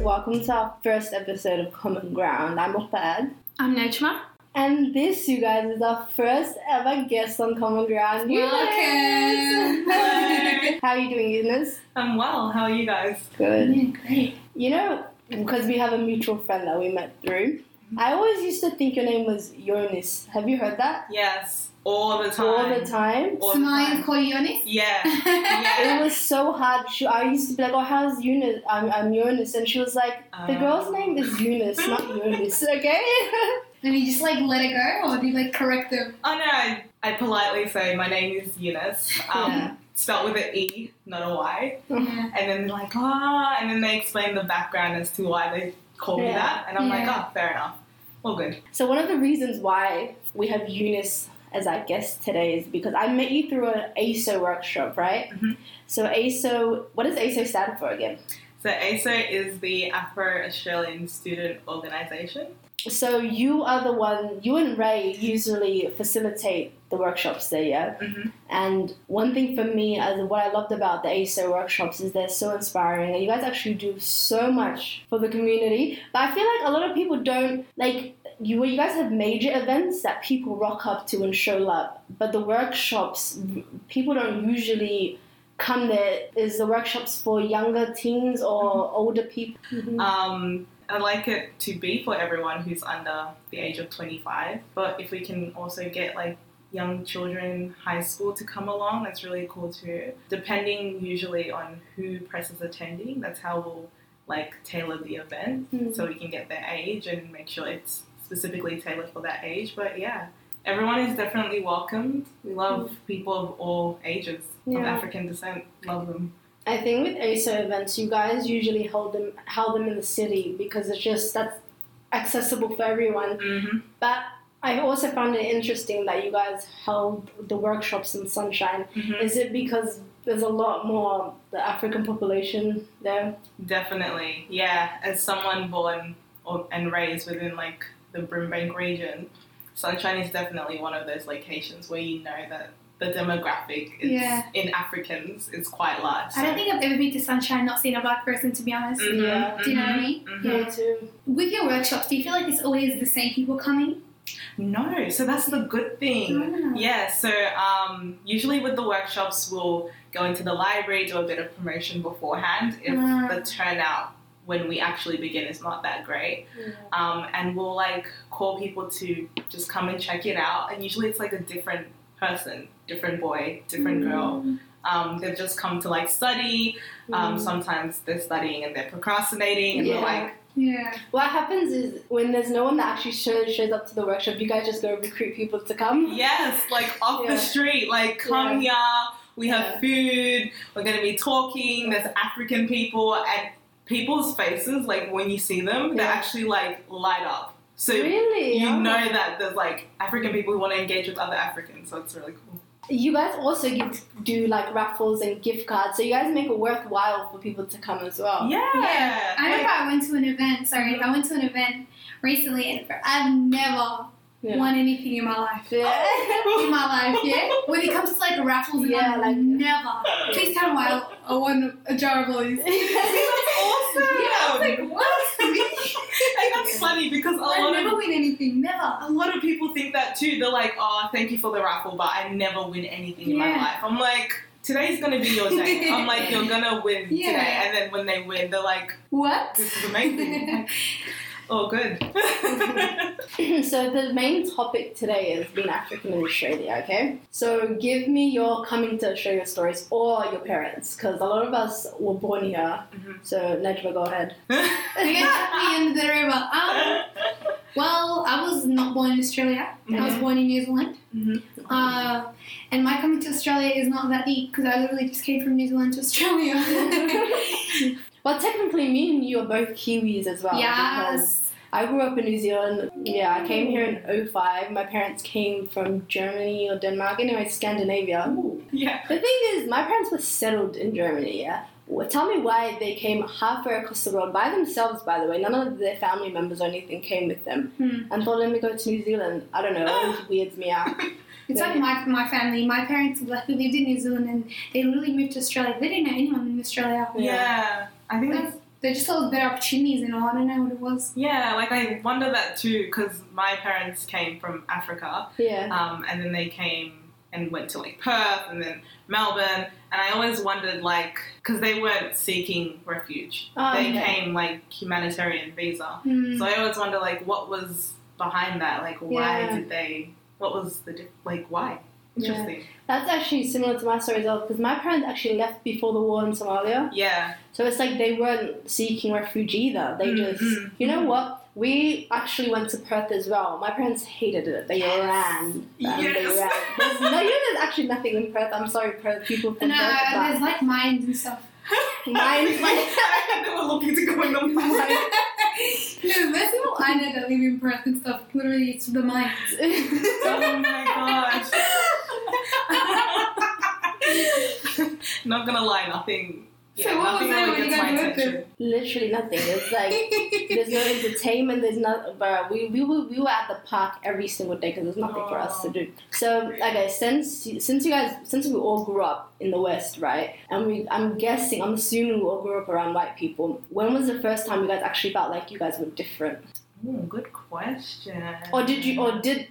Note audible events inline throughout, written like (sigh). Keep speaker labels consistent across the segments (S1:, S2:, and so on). S1: welcome to our first episode of Common Ground. I'm Opad.
S2: I'm Najma.
S1: And this, you guys, is our first ever guest on Common Ground. Yunus!
S3: Welcome!
S1: (laughs) How are you doing, Eunice?
S3: I'm well. How are you guys?
S1: Good.
S2: great.
S1: You know, because we have a mutual friend that we met through, I always used to think your name was Jonas. Have you heard that?
S3: Yes, all the time.
S1: All the time.
S3: All the
S2: Samaya
S3: time.
S2: Corionis.
S3: Yeah.
S1: (laughs) It
S2: (laughs)
S3: yeah.
S1: was so hard. She, I used to be like, "Oh, how's Eunice? I'm, I'm Eunice," and she was like, "The
S3: Um.
S1: girl's name is Eunice, not Eunice, (laughs) okay?"
S2: Then you just like let it go, or do you like correct them?
S3: Oh no, I, I politely say my name is Eunice. Um,
S1: Yeah.
S3: Spelled with an E, not a Y.
S2: Yeah.
S3: And then they're like, ah, and then they explain the background as to why they call me
S1: Yeah.
S3: that. And I'm like,
S2: Yeah.
S3: oh, fair enough. All good.
S1: So one of the reasons why we have Eunice as our guest today is because I met you through an ASO workshop, right?
S3: Mhm.
S1: So ASO, what does ASO stand for again?
S3: So ASO is the Afro Australian Student Organization.
S1: So you are the one. You and Ray usually facilitate the workshops there, yeah.
S3: Mhm.
S1: And one thing for me, as what I loved about the ASO workshops is they're so inspiring, and you guys actually do so much for the community. But I feel like a lot of people don't like you. You guys have major events that people rock up to and show love, but the workshops, people don't usually come there. Is the workshops for younger teens or older people?
S3: Um, I'd like it to be for everyone who's under the age of 25, but if we can also get like young children, high school to come along, that's really cool too. Depending usually on who press is attending, that's how we'll like tailor the event
S1: Mhm.
S3: so we can get their age and make sure it's specifically tailored for that age. But yeah, everyone is definitely welcomed. We love people of all ages, of
S1: Yeah.
S3: African descent, love them.
S1: I think with ASO events, you guys usually hold them held them in the city because it's just that's accessible for everyone.
S3: Mm-hmm.
S1: But I also found it interesting that you guys held the workshops in Sunshine.
S3: Mm-hmm.
S1: Is it because there's a lot more the African population there?
S3: Definitely, yeah. As someone born or, and raised within like the Brimbank region, Sunshine is definitely one of those locations where you know that the demographic is,
S2: Yeah.
S3: in Africans is quite large.
S2: I don't think I've ever been to Sunshine not seen a black person, to be honest.
S3: Mhm,
S1: Yeah.
S2: Do you know what I
S3: mhm,
S2: mean?
S3: mhm.
S1: Me too.
S2: With your workshops, do you feel like it's always the same people coming?
S3: No, so that's the good thing.
S2: Ah.
S3: Yeah, so um, usually with the workshops, we'll go into the library, do a bit of promotion beforehand if
S2: Ah.
S3: the turnout when we actually begin is not that great. Um, and we'll like call people to just come and check it out. And usually it's like a different person, different boy, different girl. Um, they've just come to like study.
S1: Mm-hmm.
S3: Um, Sometimes they're studying and they're procrastinating, and
S1: Yeah.
S3: we're like,
S2: Yeah.
S1: What happens is when there's no one that actually shows, shows up to the workshop, you guys just go recruit people to come.
S3: yes, like off
S1: Yeah.
S3: the street, like come here. We have food. We're gonna be talking. There's African people and people's faces, like when you see them, they
S1: Yeah.
S3: actually like light up. So
S1: Really? Oh
S2: Oh.
S3: you know that there's like African people who want to engage with other Africans, so it's really cool.
S1: You guys also give, do like raffles and gift cards, so you guys make it worthwhile for people to come as well.
S3: Yeah,
S2: Oh. Yeah. I
S3: (laughs)
S2: remember I went to an event, sorry, I went to an event recently and I've never
S1: Yeah.
S2: won anything in my life. (laughs) in my life, yeah. When it comes to like raffles, and
S1: Yeah,
S2: I'm
S1: like-
S2: never. Please tell me why I won a jar of lollies. (laughs)
S3: (laughs) awesome.
S2: Yeah, I was like, what?
S3: (laughs) and that's funny because a
S2: I
S3: lot
S2: never
S3: of
S2: win anything, never.
S3: a lot of people think that too. They're like, "Oh, thank you for the raffle, but I never win anything in my
S2: Yeah.
S3: life." I'm like, "Today's gonna be your day." I'm
S2: (laughs)
S3: like, "You're gonna win
S2: Yeah.
S3: today," and then when they win, they're like,
S2: What?
S3: "This
S2: (laughs)
S3: is amazing." I'm like, oh, good. (laughs)
S1: Hmm, so the main topic today is being African in Australia. Okay, so give me your coming to Australia stories or your parents, because a lot of us were born here.
S3: Mhm.
S1: So Najma, go ahead.
S2: They got me under the river.
S3: (laughs)
S2: Um, well, I was not born in Australia. I was
S3: Mhm.
S2: born in New Zealand.
S3: Mhm.
S2: Uh, and my coming to Australia is not that deep because I literally just came from New Zealand to
S3: (laughs)
S2: Australia. (laughs)
S1: Well, technically, me and you are both Kiwis as well. because
S2: yes.
S1: I grew up in New Zealand. Yeah, I came here in 05. My parents came from Germany or Denmark, anyway, Scandinavia.
S3: yeah.
S1: The thing is, my parents were settled in Germany, yeah? Well, Tell me why they came halfway across the world by themselves, by the way. None of their family members or anything came with them.
S2: Hmm.
S1: And thought, let me go to New Zealand. I don't know, it always (gasps) weirds me out.
S2: It's
S1: Yeah.
S2: like my my family. My parents like we lived in New Zealand and they literally moved to Australia. They didn't know anyone in Australia.
S3: yeah, I think that's
S2: They just thought it was better opportunities and all. I don't know what it was.
S3: Yeah, like I wonder that too, because my parents came from Africa,
S1: Yeah.
S3: um, and then they came and went to like Perth and then Melbourne, and I always wondered like, because they weren't seeking refuge,
S1: Oh,
S3: they
S1: okay.
S3: came like humanitarian visa.
S2: Hmm.
S3: So I always wonder like, what was behind that? Like, why
S1: Yeah.
S3: did they? What was the diff- like? Why?
S1: Yeah.
S3: Interesting.
S1: That's actually similar to my story as well because my parents actually left before the war in Somalia.
S3: Yeah.
S1: So it's like they weren't seeking refuge either. They just,
S3: Mhm.
S1: you know what? We actually went to Perth as well. My parents hated it. They
S3: Yes.
S1: ran. Um, They
S3: Yes.
S1: ran. There's, no,
S3: (laughs)
S1: you know, there's actually nothing in Perth. I'm sorry, Perth people from
S2: And
S1: Perth.
S2: uh,
S1: but-
S2: there's like mines and stuff.
S1: Mine-
S3: (laughs) they were looking to go in
S1: (laughs)
S3: the mine.
S2: no, most people I know that live in Perth and stuff, literally, it's the mines.
S3: (laughs) Oh my gosh. Not gonna lie, nothing.
S2: So
S3: Yeah,
S2: what was
S3: nothing
S2: that
S3: really
S2: when you
S3: gets my
S2: guys went
S3: attention.
S1: Literally nothing. It's like there's no entertainment. There's not. But we we were, we were at the park every single day because there's nothing for us to do. So okay, since since you guys since we all grew up in the West, right? And we I'm guessing I'm assuming we all grew up around white people. When was the first time you guys actually felt like you guys were different,
S3: Ooh, good question.
S1: or did you or did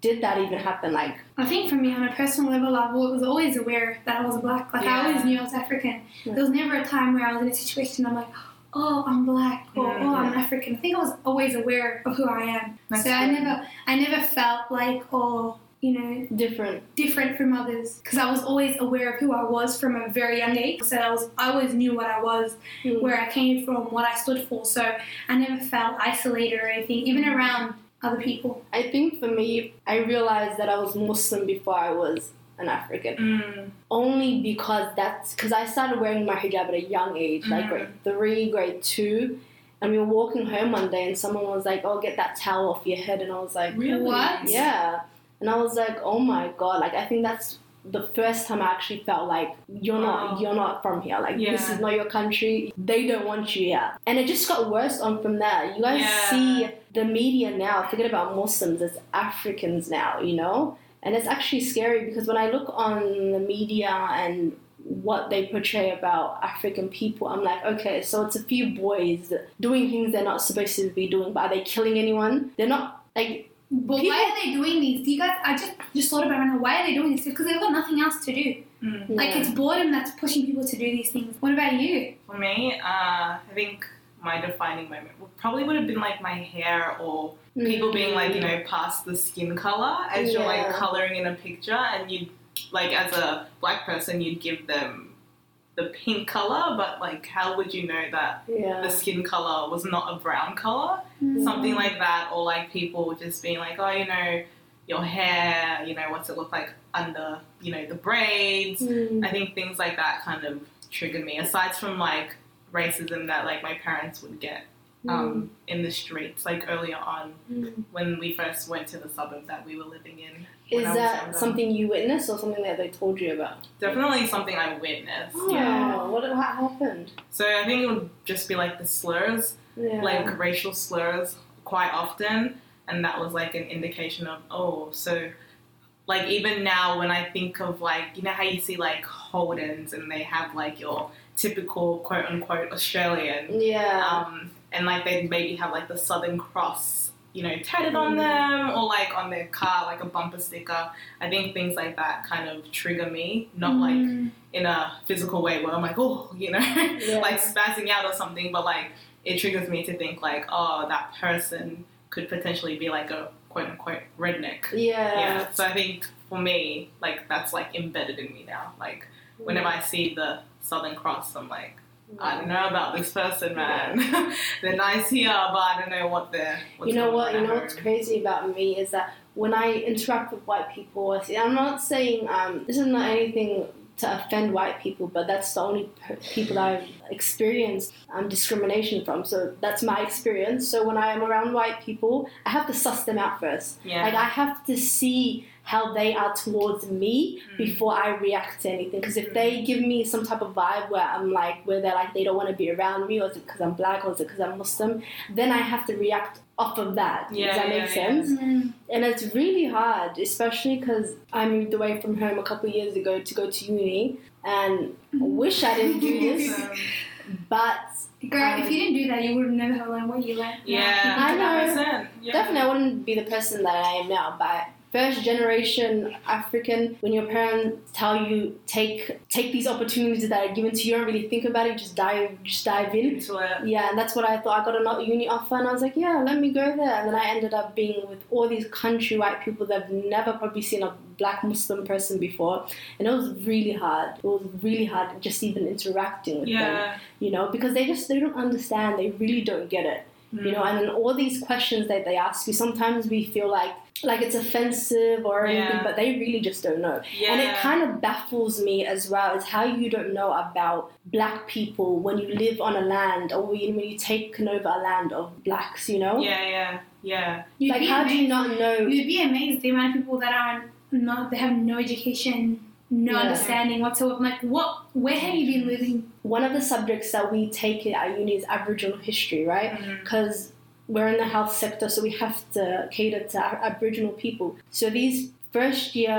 S1: did that even happen? Like
S2: I think for me, on a personal level, I wa- was always aware that I was black. Like, I
S3: Yeah.
S2: always knew I was African.
S1: Yeah.
S2: There was never a time where I was in a situation I'm like, oh, I'm black or oh, I'm African. I think I was always aware of who I am.
S3: That's
S2: so I
S3: good.
S2: never, I never felt like, oh, you know,
S1: different?
S2: different from others because I was always aware of who I was from a very young age. So I was, I always knew what I was,
S1: Mm.
S2: where I came from, what I stood for. So I never felt isolated or anything, even around other people.
S1: I think for me, I realized that I was Muslim before I was an African.
S3: Mm,
S1: only because that's because I started wearing my hijab at a young age, like
S3: Mhm.
S1: grade three, grade two, and we were walking home one day, and someone was like, "Oh, get that towel off your head," and I was like,
S3: really?
S2: What?
S1: "Yeah," and I was like, "Oh my god!" Like I think that's the first time I actually felt like you're not
S3: Wow.
S1: you're not from here. Like this
S3: Yeah.
S1: is not your country. They don't want you here, and it just got worse on from there. You guys
S3: Yeah.
S1: see the media now. Forget about Muslims; it's Africans now. You know. And it's actually scary because when I look on the media and what they portray about African people, I'm like, okay, so it's a few boys doing things they're not supposed to be doing, but are they killing anyone? They're not, like,
S2: But
S1: People-
S2: why are they doing these? Do you guys? I just just thought about it. and Why are they doing this? Because they've got nothing else to do.
S3: Mm.
S2: Like
S1: yeah.
S2: it's boredom that's pushing people to do these things. What about you?
S3: For me, uh, I think my defining moment would- probably would have been like my hair or people being like, you know, past the skin color as you're like
S1: Yeah.
S3: coloring in a picture, and you like as a black person, you'd give them the pink color, but like, how would you know that the
S1: yeah.
S3: skin color was not a brown color?
S1: Mm.
S3: something like that, or like people just being like, oh, you know, your hair, you know, what's it look like under, you know, the braids.
S1: Mm.
S3: I think things like that kind of triggered me, aside from like racism that like my parents would get um, in the streets, like earlier on
S1: Mm.
S3: when we first went to the suburb that we were living in. when
S1: Is
S3: I was
S1: that
S3: younger.
S1: something you witnessed or something that they told you about?
S3: Definitely something I witnessed. Yeah.
S1: Oh, what, what happened?
S3: So I think it would just be like the slurs
S1: Yeah.
S3: like racial slurs quite often and that was like an indication of oh so like even now when i think of like you know how you see like holdens and they have like your typical quote unquote australian
S1: yeah.
S3: um, and like they maybe have like the southern cross you know tatted on them or like on their car like a bumper sticker i think things like that kind of trigger me not like
S2: Mm.
S3: in a physical way where i'm like oh you know
S1: Mm-hmm.
S3: (laughs)
S1: yeah.
S3: like spazzing out or something, but like it triggers me to think like, oh, that person could potentially be like a quote unquote redneck.
S1: yeah.
S3: Yeah. So I think for me, like that's like embedded in me now. Like whenever I see the Southern Cross, I'm like, I don't know about this person, man. (laughs) they're nice here, but I don't know what they're. What's
S1: you know
S3: going
S1: what?
S3: on
S1: You
S3: at
S1: know what's
S3: home.
S1: crazy about me is that when I interact with white people, I see, I'm not saying um, this is not anything to offend white people, but that's the only per- people that I've experienced um, discrimination from. So that's my experience. So when I am around white people, I have to suss them out first.
S3: Yeah.
S1: Like I have to see how they are towards me
S3: Mm.
S1: before I react to anything. Because if
S3: Mm.
S1: they give me some type of vibe where I'm like, where they're like, they don't want to be around me, or is it because I'm black, or is it because I'm Muslim, then I have to react off of that.
S3: Yeah,
S1: Does that
S3: yeah,
S1: make
S3: yeah.
S1: sense?
S2: Mm.
S1: And it's really hard, especially because I moved away from home a couple of years
S3: Mm. (laughs)
S1: ago to go to uni, and wish I didn't do this,
S3: Um,
S1: but
S2: Girl,
S1: Um,
S2: if you didn't do that, you would never have learned what you learned.
S3: Yeah,
S1: I know.
S3: 100%. Yeah.
S1: Definitely, I wouldn't be the person that I am now, but first generation African, when your parents tell you take take these opportunities that are given to you, don't really think about it, just dive just dive in.
S3: Into it.
S1: Yeah, and that's what I thought. I got a uni offer, and I was like, yeah, let me go there. And then I ended up being with all these country white people that have never probably seen a black Muslim person before, and it was really hard. It was really hard just even interacting with them,
S3: Yeah.
S1: you know, because they just they don't understand. They really don't get it you know and then all these questions that they ask you sometimes we feel like like it's offensive or
S3: Yeah.
S1: anything but they really just don't know
S3: Mm. yeah.
S1: and it kind of baffles me as well is how you don't know about black people when you live on a land or when when you take over a land of blacks you know
S3: Yeah, yeah, yeah.
S2: You'd
S1: like
S2: be
S1: how do you
S2: amazed-
S1: not know
S2: You'd be amazed the amount of people that are not, they have no education, no
S1: Yeah.
S2: understanding whatsoever. I'm Like, what? Where have you been living?
S1: one of the subjects that we take at uni is aboriginal history right
S3: Mhm.
S1: because we're in the health sector, so we have to cater to Ab- Aboriginal people. So these first year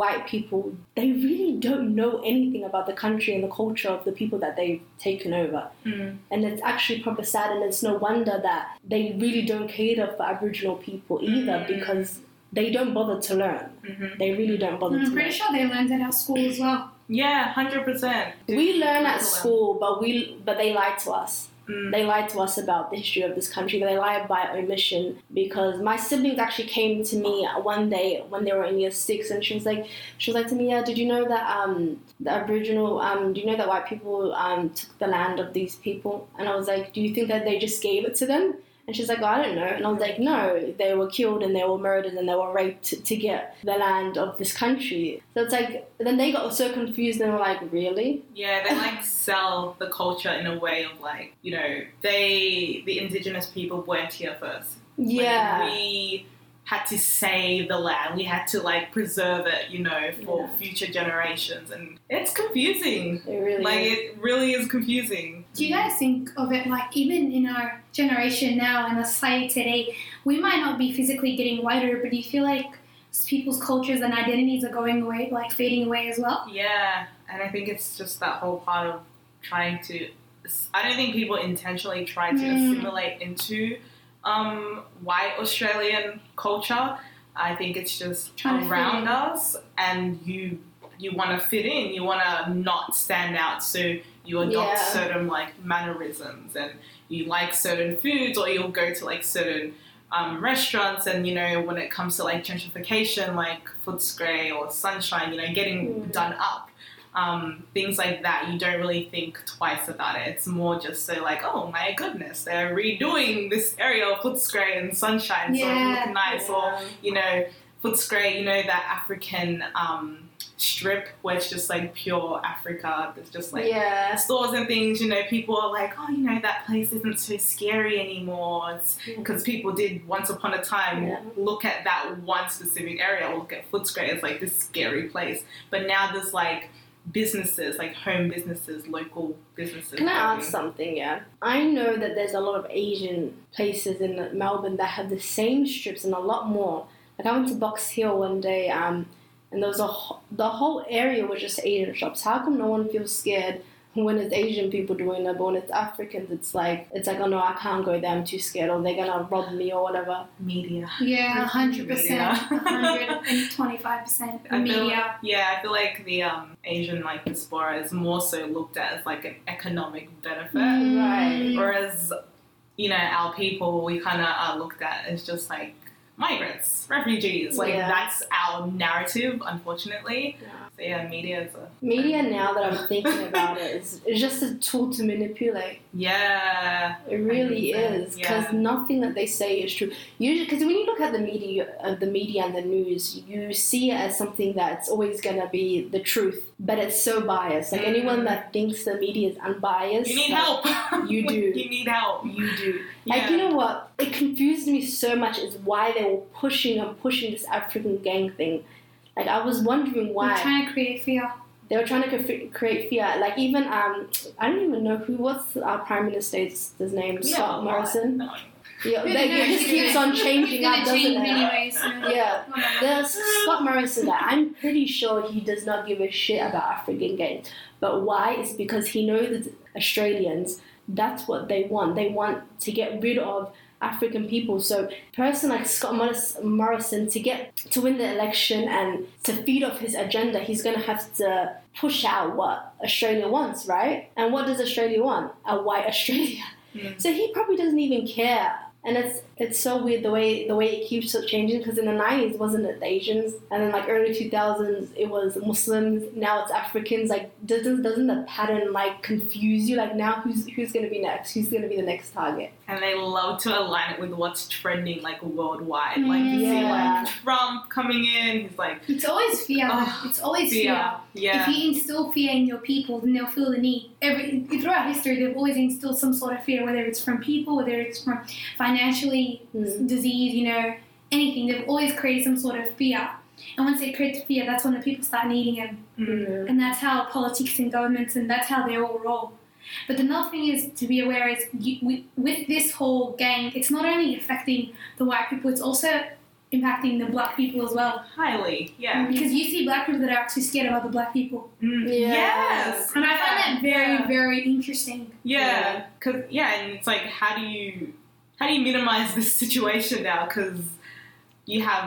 S1: white people, they really don't know anything about the country and the culture of the people that they've taken over.
S3: Mhm.
S1: And it's actually proper sad, and it's no wonder that they really don't cater for Aboriginal people either
S3: Mm.
S1: because they don't bother to learn.
S3: Mhm.
S1: They really don't bother
S2: And
S1: to
S2: Mm, I'm
S1: learn.
S2: pretty sure they learned at our school as well.
S3: Yeah, 100%.
S1: We learn at
S3: Curriculum.
S1: school, but we but they lie to us.
S3: Mm.
S1: They lie to us about the history of this country, but they lie by omission because my siblings actually came to me one day when they were in year six, and she was like, she was like to me, yeah, did you know that um the Aboriginal um do you know that white people um took the land of these people? And I was like, do you think that they just gave it to them? And she's like, I don't know. And I was like, no, they were killed and they were murdered and they were raped to, to get the land of this country. So it's like, then they got so confused and were like, really?
S3: Yeah, they like sell the culture in a way of like, you know, they, the indigenous people weren't here first. Like,
S1: Yeah.
S3: we had to save the land. We had to like preserve it, you know, for
S1: Yeah.
S3: future generations. And it's confusing.
S1: It really
S3: Like,
S1: is.
S3: it really is confusing.
S2: Do you guys think of it like even in our generation now and our society today, we might not be physically getting whiter, but do you feel like people's cultures and identities are going away, like fading away as well?
S3: Yeah, and I think it's just that whole part of trying to. I don't think people intentionally try to
S2: Mm.
S3: assimilate into um, white Australian culture. I think it's just
S2: Trying to fit
S3: around
S2: in.
S3: us, and you you want to fit in. You want to not stand out, so you adopt
S1: Yeah.
S3: certain like mannerisms, and you like certain foods, or you'll go to like certain. Um, restaurants and you know when it comes to like gentrification like Footscray or Sunshine you know getting
S1: Mm.
S3: done up um, things like that, you don't really think twice about it. It's more just so like, oh my goodness, they're redoing this area of Footscray and Sunshine, so
S2: Yeah,
S3: it look nice. Or you know, Footscray, you know that African um, strip where it's just like pure Africa. There's just like
S1: yeah.
S3: stores and things. You know, people are like, oh, you know, that place isn't so scary anymore. It's because people did once upon a time
S1: Yeah.
S3: look at that one specific area, or look at Footscray as like this scary place. But now there's like businesses, like home businesses, local businesses.
S1: Can I
S3: going.
S1: ask something? Yeah, I know that there's a lot of Asian places in Melbourne that have the same strips and a lot more. Like I went to Box Hill one day, um, and there was a wh- the whole area was just Asian shops. How come no one feels scared when it's Asian people doing it, but when it's Africans, it's like it's like oh no, I can't go there. I'm too scared, or they're gonna rob me or whatever.
S3: media?
S2: Yeah, hundred percent,
S3: Media.
S2: hundred and twenty-five percent
S3: I feel-
S2: media.
S3: Yeah, I feel like the um, Asian like diaspora is more so looked at as like an economic benefit,
S2: Mm.
S1: Right.
S3: whereas you know our people we kind of are looked at as just like migrants, refugees. Like
S1: Yeah.
S3: that's our narrative, unfortunately. So yeah, media is a (laughs)
S1: Media now that I'm thinking about it is it's just a tool to manipulate.
S3: Yeah.
S1: It really
S3: Hundred
S1: is
S3: percent,
S1: because
S3: yeah.
S1: nothing that they say is true. Usually, because when you look at the media, uh, the media and the news, you see it as something that's always gonna be the truth, but it's so biased. Like anyone that thinks the media is unbiased,
S3: Mm-hmm. You need
S1: like,
S3: help. (laughs)
S1: You do.
S3: you need help.
S1: You
S3: (laughs)
S1: do.
S3: Yeah.
S1: Like you know what? It confused me so much. Is why they were pushing and pushing this African gang thing. Like I was wondering
S2: We're
S1: why
S2: trying to create fear.
S1: they were trying to conf- create fear. Like even um, I don't even know who. What's our prime minister's his name?
S3: Yeah,
S1: Scott
S3: why?
S1: Morrison.
S3: No.
S1: Yeah,
S2: Who
S1: they,
S2: knows?
S1: it just
S2: It's
S1: keeps
S2: gonna-
S1: on changing
S2: it's gonna
S1: up, doesn't
S2: change
S1: it?
S2: anyways. so-
S1: Yeah.
S2: Oh my God.
S1: The Scott Morrison guy, I'm pretty sure he does not give a shit about African games. But why? It's because he knows that Australians that's what they want. They want to get rid of African people. So a person like Scott Morris- Morrison to get to win the election and to feed off his agenda, he's going to have to push out what Australia wants, right? And what does Australia want? A white Australia.
S3: Mm.
S1: So he probably doesn't even care. And it's it's so weird the way the way it keeps sort of changing because in the nineties wasn't it the Asians and then like early two thousands it was Muslims now it's Africans like doesn't doesn't the pattern like confuse you like now who's who's gonna be next who's gonna be the next target
S3: and they love to align it with what's trending like worldwide.
S2: Mm,
S3: Like you
S1: Yeah.
S3: see like Trump coming in, he's like
S2: It's always fear.
S1: Ah,
S3: Ugh,
S2: it's always fear.
S3: fear. Yeah.
S2: If you instill fear in your people, then they'll feel the need. Every throughout history, they've always instilled some sort of fear, whether it's from people, whether it's from financially
S1: Mm.
S2: disease, you know, anything. They've always created some sort of fear. And once they create fear, that's when the people start needing it.
S3: Mm.
S2: And that's how politics and governments and that's how they all roll. But the another thing is to be aware is you, with, with this whole gang, it's not only affecting the white people, it's also impacting the black people as well.
S3: Highly, yeah.
S2: Because you see black people that are actually scared of other black people.
S3: Mm.
S1: Yeah.
S3: Yes.
S2: And I find that very,
S3: Yeah.
S2: very interesting.
S3: Yeah, because yeah, and it's like, how do you how do you minimize (laughs) this situation now? Because you have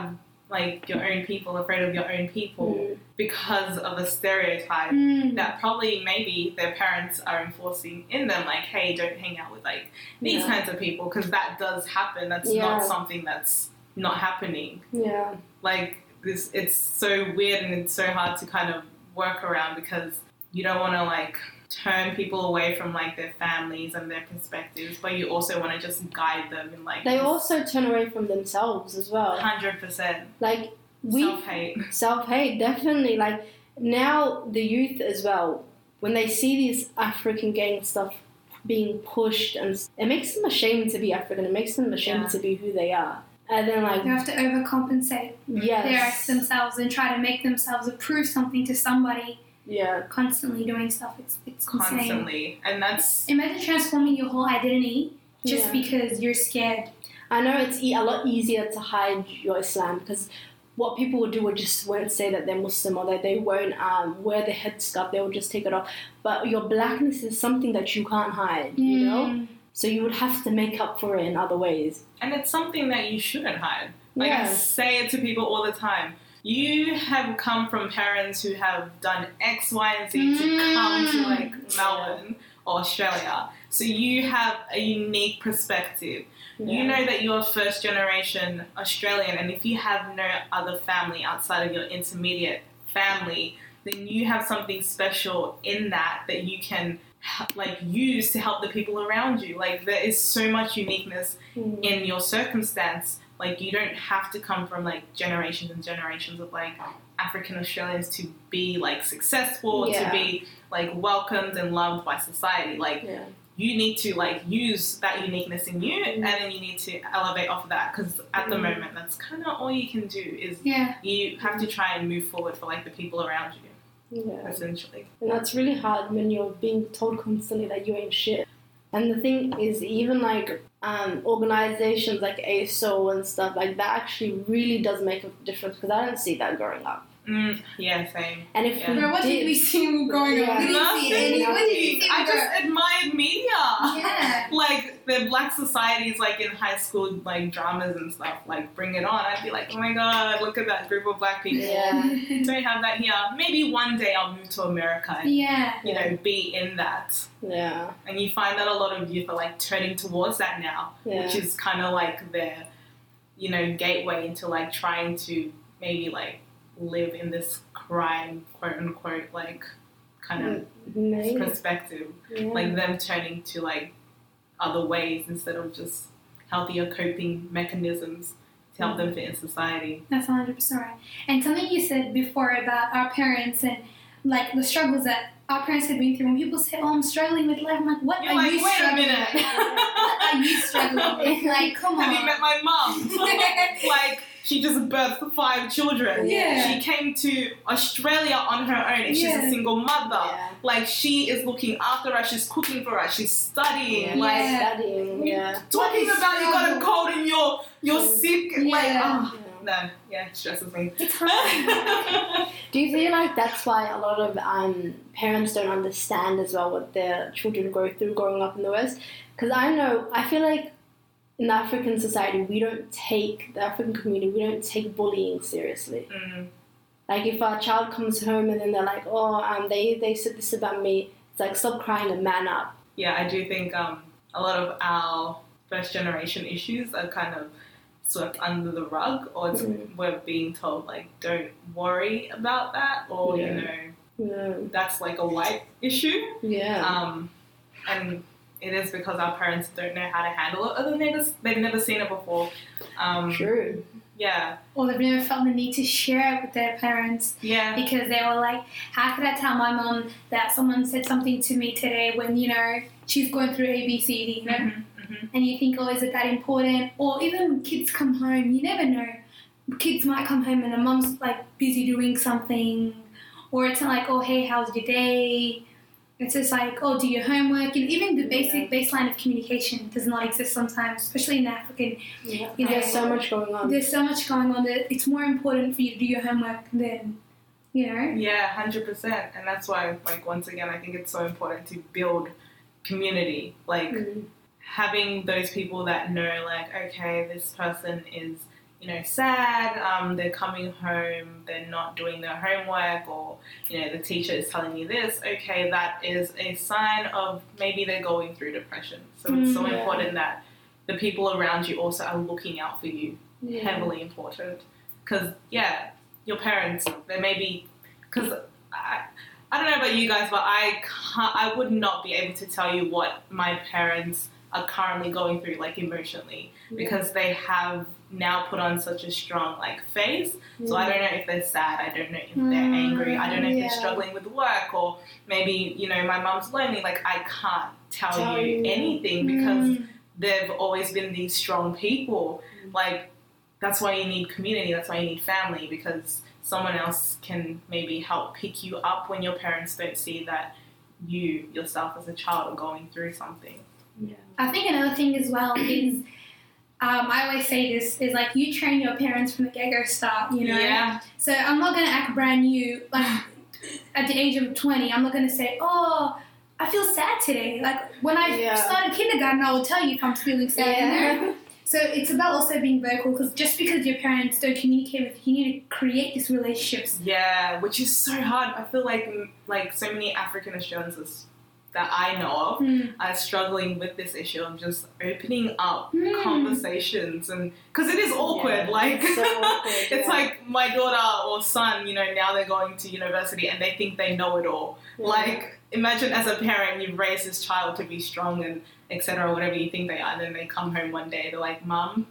S3: like your own people afraid of your own people
S1: Mm.
S3: because of a stereotype
S2: Mm.
S3: that probably maybe their parents are enforcing in them, like, hey, don't hang out with like these
S1: Yeah.
S3: kinds of people because that does happen. That's
S1: Yeah.
S3: not something that's not happening.
S1: Yeah.
S3: Like this, it's so weird and it's so hard to kind of work around because you don't want to like turn people away from like their families and their perspectives, but you also want to just guide them in like
S1: They also turn away from themselves as well.
S3: hundred percent
S1: Like we
S3: self hate.
S1: self hate definitely. Like now the youth as well, when they see these African gang stuff being pushed and s- it makes them ashamed to be African. It makes them ashamed
S3: Yeah.
S1: to be who they are. And then
S2: They
S1: like
S2: have to overcompensate
S1: yes,
S2: their themselves and try to make themselves approve something to somebody
S1: yeah,
S2: constantly doing stuff. It's, it's insane.
S3: Constantly, and that's
S2: Imagine transforming your whole identity just
S1: Yeah.
S2: because you're scared.
S1: I know it's e- a lot easier to hide your Islam because what people would do would just won't say that they're Muslim or that they won't um, wear the headscarf. They will just take it off. But your blackness is something that you can't hide,
S3: Mm.
S1: you know. So you would have to make up for it in other ways.
S3: and it's something that you shouldn't hide. Like I say it to people all the time. You have come from parents who have done X, Y, and Z to come to
S2: Mm.
S3: like Melbourne or Australia. So you have a unique perspective. You
S1: Yeah.
S3: know that you're first generation Australian, and if you have no other family outside of your intermediate family, then you have something special in that that you can like use to help the people around you. Like there is so much uniqueness
S1: Mm.
S3: in your circumstance, like you don't have to come from like generations and generations of like African Australians to be like successful,
S1: Yeah.
S3: to be like welcomed and loved by society. Like
S1: Yeah.
S3: you need to like use that uniqueness in you,
S1: Mm.
S3: and then you need to elevate off of that because at the
S1: Mm.
S3: moment that's kind of all you can do is
S2: Yeah.
S3: you have to try and move forward for like the people around you,
S1: Yeah.
S3: essentially.
S1: And that's really hard when you're being told constantly that you ain't shit. And the thing is, even like um, organizations like ASO and stuff like that actually really does make a difference because I didn't see that growing up.
S3: Mm, yeah, same.
S1: And if
S3: Yeah.
S1: we
S2: Bro, what did we see (laughs) growing
S1: Yeah.
S2: up? We didn't see any. What did we see
S3: I
S2: grow-
S3: just admired media.
S2: Yeah.
S3: (laughs) like the black societies like in high school like dramas and stuff like bring it on i'd be like oh my god look at that group of black people
S1: Yeah.
S3: don't have that here maybe one day i'll move to america and
S2: (laughs) yeah.
S3: you know be in that
S1: yeah
S3: and you find that a lot of youth are like turning towards that now
S1: yeah
S3: which is kind of like their you know gateway into like trying to maybe like live in this crime quote unquote like kind of
S1: Maybe.
S3: perspective
S1: Yeah.
S3: like them turning to like other ways instead of just healthier coping mechanisms to help
S2: Mm.
S3: them fit in society.
S2: That's 100% right. And something you said before about our parents and like the struggles that our parents have been through. When people say, oh, I'm struggling with life, I'm like, what
S3: You're
S2: are
S3: like,
S2: you
S3: wait
S2: struggling
S3: a minute.
S2: with? (laughs) What are you struggling
S3: (laughs)
S2: with? Like, come
S3: Have you
S2: on.
S3: met my
S2: (laughs)
S3: mom? (laughs) like she just birthed five children.
S2: Yeah.
S3: She came to Australia on her own and she's
S2: Yeah.
S3: a single mother.
S1: yeah.
S3: Like she is looking after us, she's cooking for us, she's studying.
S1: (laughs) Yeah.
S3: Like
S1: studying yeah
S3: talking
S2: What is
S3: about you got a
S2: struggle?
S3: cold and you're you're sick. Like
S2: Yeah.
S3: ah,
S1: yeah.
S3: no, yeah, it stresses me.
S2: It's hard.
S1: Do you feel like that's why a lot of um, parents don't understand as well what their children go through growing up in the West? Because I know, I feel like in African society, we don't take the African community, we don't take bullying seriously.
S3: (laughs) Mm,
S1: Like if our child comes home and then they're like, oh, um, they, they said this about me, it's like, stop crying and man up.
S3: yeah, I do think um, a lot of our first generation issues are kind of swept under the rug, or it's,
S1: Mhm.
S3: we're being told like don't worry about that, or
S1: Yeah.
S3: you know
S1: Yeah.
S3: that's like a white issue.
S1: Mm, Yeah.
S3: Um, and it is because our parents don't know how to handle it. Other than they've never seen it before. Um,
S1: True.
S3: yeah,
S2: or they've never felt the need to share it with their parents
S3: yeah,
S2: because they were like, how could I tell my mom that someone said something to me today when, you know, she's going through ABCD, you know?
S3: Mhm, mhm.
S2: and you think, oh, is it that important? Or even when kids come home, you never know. Kids might come home and the mom's like busy doing something, or it's like, oh, hey, how's your day? It's just like, oh, do your homework. And even the basic baseline of communication does not exist sometimes, especially in African.
S1: Yeah.
S2: you know,
S1: There's so much going
S3: Um,
S1: on.
S2: There's so much going on that it's more important for you to do your homework than, you know.
S3: yeah, hundred percent. And that's why, like, once again, I think it's so important to build community. Like,
S1: Mm.
S3: having those people that know, like, okay, this person is, you know, sad, um, they're coming home, they're not doing their homework, or, you know, the teacher is telling you this, okay, that is a sign of maybe they're going through depression. So it's so
S2: Mm,
S1: yeah.
S3: important that the people around you also are looking out for you.
S1: Yeah.
S3: Heavily important. Because, yeah, your parents, they may be, because I, I don't know about you guys, but I can't, I would not be able to tell you what my parents are currently going through, like emotionally, because they have now put on such a strong like face. So I don't know if they're sad. I don't know if they're
S2: Mm,
S3: angry. I don't know if
S1: yeah.
S3: they're struggling with work or maybe you know my mom's lonely. Like I can't tell,
S1: Tell
S3: you,
S1: you.
S3: anything because
S2: Mm.
S3: they've always been these strong people.
S1: Mm-hmm.
S3: Like, that's why you need community, that's why you need family, because someone else can maybe help pick you up when your parents don't see that you yourself as a child are going through something.
S1: Yeah.
S2: I think another thing as well is, um, I always say this is like you train your parents from the get go start, you know.
S3: Yeah.
S2: So I'm not gonna act brand new. Like
S3: (sighs)
S2: at the age of 20, I'm not gonna say, oh, I feel sad today. Like when I
S1: Yeah.
S2: started kindergarten, I will tell you if I'm feeling sad. you know?
S1: Yeah.
S2: So it's about also being vocal because just because your parents don't communicate with you, you need to create these relationships.
S3: Yeah, which is so hard. I feel like like so many African Australians is- that I know of
S2: Mm.
S3: are struggling with this issue of just opening up
S2: Mm.
S3: conversations and because it is awkward.
S1: Hmm. Yeah,
S3: Like
S1: (laughs) it's so
S3: (laughs)
S1: awkward,
S3: it's
S1: yeah.
S3: like my daughter or son, you know, now they're going to university and they think they know it all. Like imagine as a parent, you've raised this child to be strong and etc. Whatever you think they are, and then they come home one day, they're like, "Mom,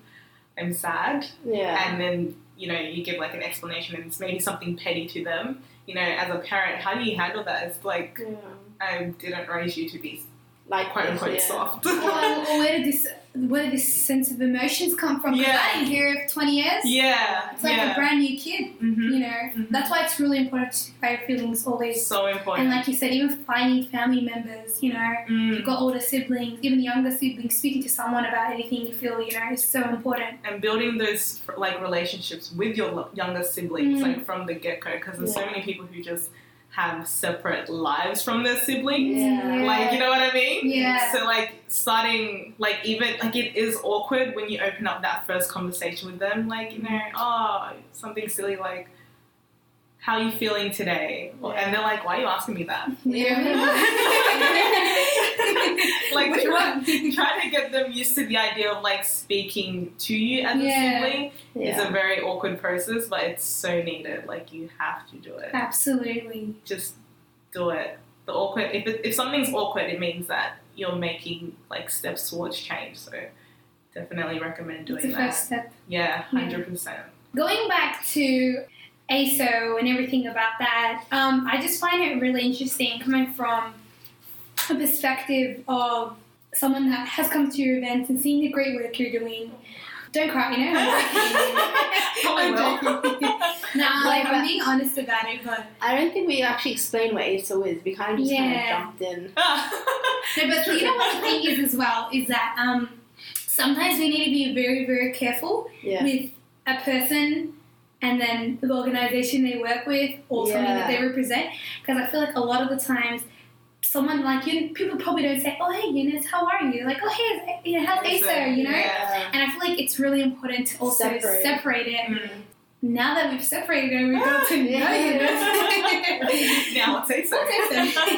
S3: I'm sad,"
S1: Yeah.
S3: and then you know you give like an explanation and it's maybe something petty to them. You know, as a parent, how do you handle that? It's like
S1: yeah.
S3: I didn't raise you to be
S1: Like
S3: quote
S1: this,
S3: unquote
S1: yeah.
S3: soft.
S2: Well, or where did this where did this sense of emotions come from? 'Cause
S3: Yeah.
S2: I didn't hear it for 20 years.
S3: (laughs) yeah,
S2: It's like
S3: yeah.
S2: a brand new kid,
S3: Mhm.
S2: you know.
S3: Mhm.
S2: That's why it's really important to speak about your feelings always.
S3: so important.
S2: And like you said, even finding family members, you know,
S3: Mm.
S2: you've got older siblings, even younger siblings, speaking to someone about anything you feel, you know, is so important.
S3: and building those like relationships with your lo- younger siblings
S2: Mm.
S3: like from the get go because there's so
S1: Yeah.
S3: many people who just have separate lives from their siblings.
S1: Yeah.
S3: Like you know what I mean?
S2: (laughs) Yeah.
S3: So like starting like even like it is awkward when you open up that first conversation with them. Like you
S2: Mm.
S3: know oh something silly like how you feeling today? Or- And they're like why are you asking me
S2: (laughs)
S3: that? (laughs) like
S2: Which
S3: trying, trying to get them used to the idea of like speaking to you as
S2: Yeah.
S3: a sibling
S1: yeah.
S3: it's a very awkward process, but it's so needed. Like you have to do it.
S2: Absolutely.
S3: Just do it. The awkward. If, it, if something's awkward, it means that you're making like steps towards change. So definitely recommend doing
S2: it's the
S3: that.
S2: first step.
S3: Yeah,
S2: Yeah.
S3: hundred percent.
S2: (laughs) Going back to ASO and everything about that, um, I just find it really interesting coming from a perspective of someone that has come to your events and seeing the great work you're doing. Don't cry, you know. I'm
S3: (laughs)
S2: (laughs) joking. nah, like, I'm being honest about it, but
S1: I don't think we actually explain what ASO is. We kind of just
S2: Yeah.
S1: kind of jumped in.
S2: No, but you know what the thing is as well is that um, sometimes we need to be very, very careful
S1: Yeah.
S2: with a person and then the organization they work with or something that
S1: Yeah.
S2: they represent. Because I feel like a lot of the times, someone like you, people probably don't say, "Oh hey Eunice, how are you?" Like, "Oh hey, you know, how's Asa?" You know.
S3: Yeah.
S2: And I feel like it's really important to also
S1: Separate.
S2: it.
S3: Mm.
S2: Now that we've separated and we've
S1: Ah,
S2: got to know
S3: (laughs)
S2: Eunice.
S1: (laughs)
S2: (laughs)
S3: now what's Acer?
S2: What's
S3: (laughs)
S2: Asa?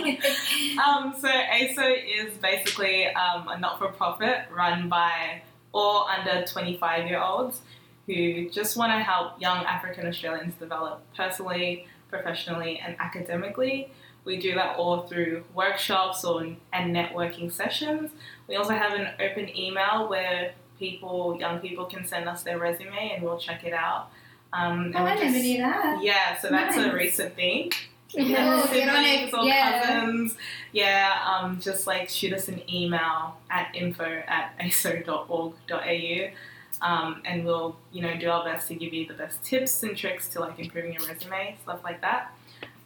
S3: um, so ASO is basically um, a not-for-profit run by all under 25-year-olds who just want to help young African Australians develop personally, professionally, and academically. We do that all through workshops or, and networking sessions. We also have an open email where people, young people, can send us their resume and we'll check it out. Um, and
S2: Oh, (laughs) I
S3: we
S2: never
S3: just-
S2: knew that.
S3: yeah, so that's
S2: Nice.
S3: a recent thing.
S1: Yeah.
S2: Oh, get on it.
S3: Siblings or
S2: Yeah.
S3: cousins. Yeah, um, just like shoot us an email at info at aso.org.au. Um, and we'll, you know, do our best to give you the best tips and tricks to like improving your resume, stuff like that.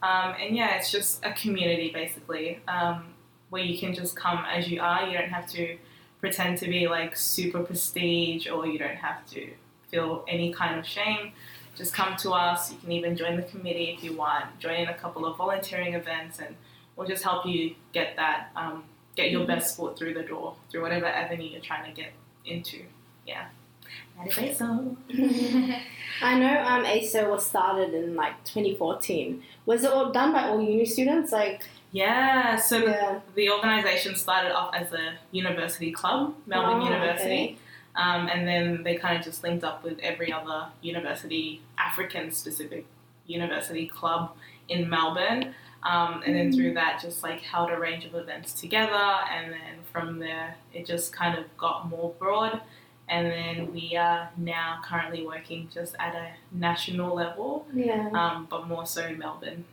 S3: Um, and yeah, it's just a community basically um, where you can just come as you are. You don't have to pretend to be like super prestige or you don't have to feel any kind of shame. Just come to us. You can even join the committee if you want. Join in a couple of volunteering events, and we'll just help you get that, um, get your best foot through the door, through whatever avenue you're trying to get into. Yeah. That is it. So
S2: (laughs)
S1: I know um, ASO was started in like 2014. Was it all done by all uni students? Like,
S3: yeah. So the
S1: yeah.
S3: The organisation started off as a university club, Melbourne
S1: Oh,
S3: University, um, and then they kind of just linked up with every other university, African specific university club in Melbourne. Um, and then
S2: Mm.
S3: through that, just like held a range of events together, and then from there, it just kind of got more broad. And then we are now currently working just at a national level, (laughs)
S1: Yeah.
S3: um, but more so in Melbourne.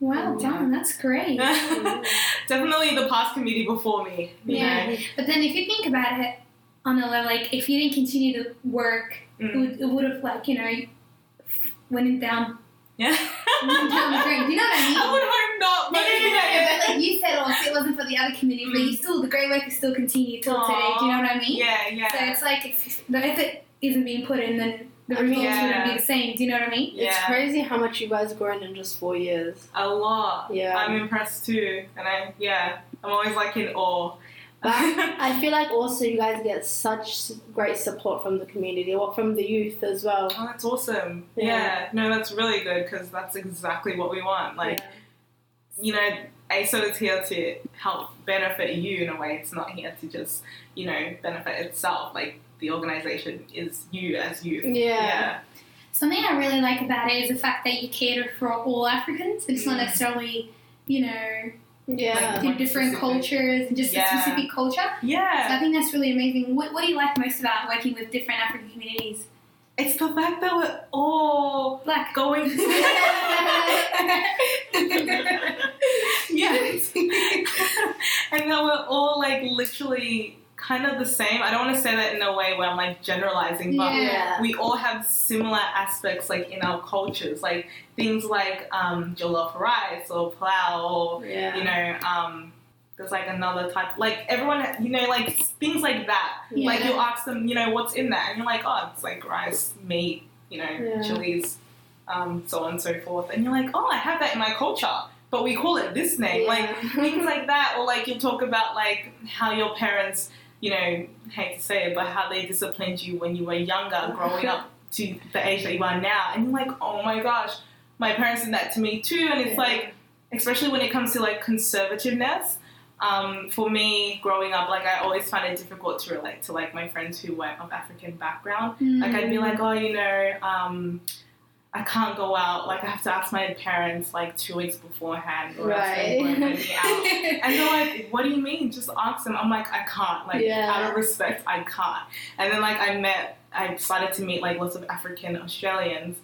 S2: Well done, that's great.
S3: (laughs) Definitely the past committee before me. you
S2: Yeah.
S3: know.
S2: But then if you think about it on a level, like if you didn't continue to work, it
S3: Mm.
S2: would, it would have like, you know, went down, (laughs)
S3: Yeah.
S2: went down
S3: (laughs)
S2: the drain. You know what I mean? (laughs)
S3: I would hope not,
S2: No,
S3: but
S2: no, no, no, no, but like you said, also it wasn't for the other community, but you still, the great work is still continued till today. Do you know what I mean?
S3: yeah, yeah.
S2: So it's like if the effort isn't being put in, then the
S1: I mean,
S2: results wouldn't
S3: yeah.
S2: be the same. Do you know what I mean?
S1: It's
S3: Yeah.
S1: crazy how much you guys grown in just four years.
S3: a lot.
S1: Yeah.
S3: I'm impressed too, and I yeah, I'm always like in awe. (laughs)
S1: But I feel like also you guys get such great support from the community, or from the youth as well.
S3: oh, that's awesome.
S1: Yeah.
S3: Yeah. no, that's really good because that's exactly what we want. Like you know, ASOT is here to help benefit you in a way. It's not here to just you know benefit itself. Like the organization is you as you.
S1: yeah. yeah.
S2: Something I really like about it is the fact that you cater for all Africans. It's not
S3: Mm.
S2: necessarily, you know,
S1: Yeah.
S2: through different
S3: Specific.
S2: cultures and just a
S3: Yeah.
S2: specific culture.
S3: Yeah.
S2: So I think that's really amazing. What, what do you like most about working with different African communities?
S3: It's the fact that we're all
S2: Black.
S3: going yes. (laughs) and that we're all like literally kind of the same. I don't want to say that in a way where I'm like generalizing, but
S1: Yeah.
S3: we all have similar aspects like in our cultures, like things like um, jollof rice or plow or
S1: Yeah.
S3: you know, um, there's like another type, like everyone, you know, like things like that.
S1: Yeah.
S3: Like you'll ask them, you know, what's in that, and you're like, oh, it's like rice, meat, you know,
S1: Yeah.
S3: chilies, um, so on and so forth, and you're like, oh, I have that in my culture, but we call it this name, like things like that, or like you'll talk about like how your parents, you know, hate to say it, but how they disciplined you when you were younger, growing up to the age that you are now, and you're like, oh my gosh, my parents did that to me too, and it's
S1: Yeah.
S3: like, especially when it comes to like conservativeness. Um, for me, growing up, like I always found it difficult to relate to like my friends who weren't of African background.
S2: Hmm.
S3: Like I'd
S1: Mm.
S3: be like, oh, you know, um, I can't go out. Like I have to ask my parents like two weeks beforehand, or else they
S1: Right.
S3: won't let me
S2: (laughs)
S3: out. And they're like, what do you mean? Just ask them. I'm like, I can't. Like,
S1: Yeah.
S3: out of respect, I can't. And then, like, I met, I started to meet, like, lots of African Australians.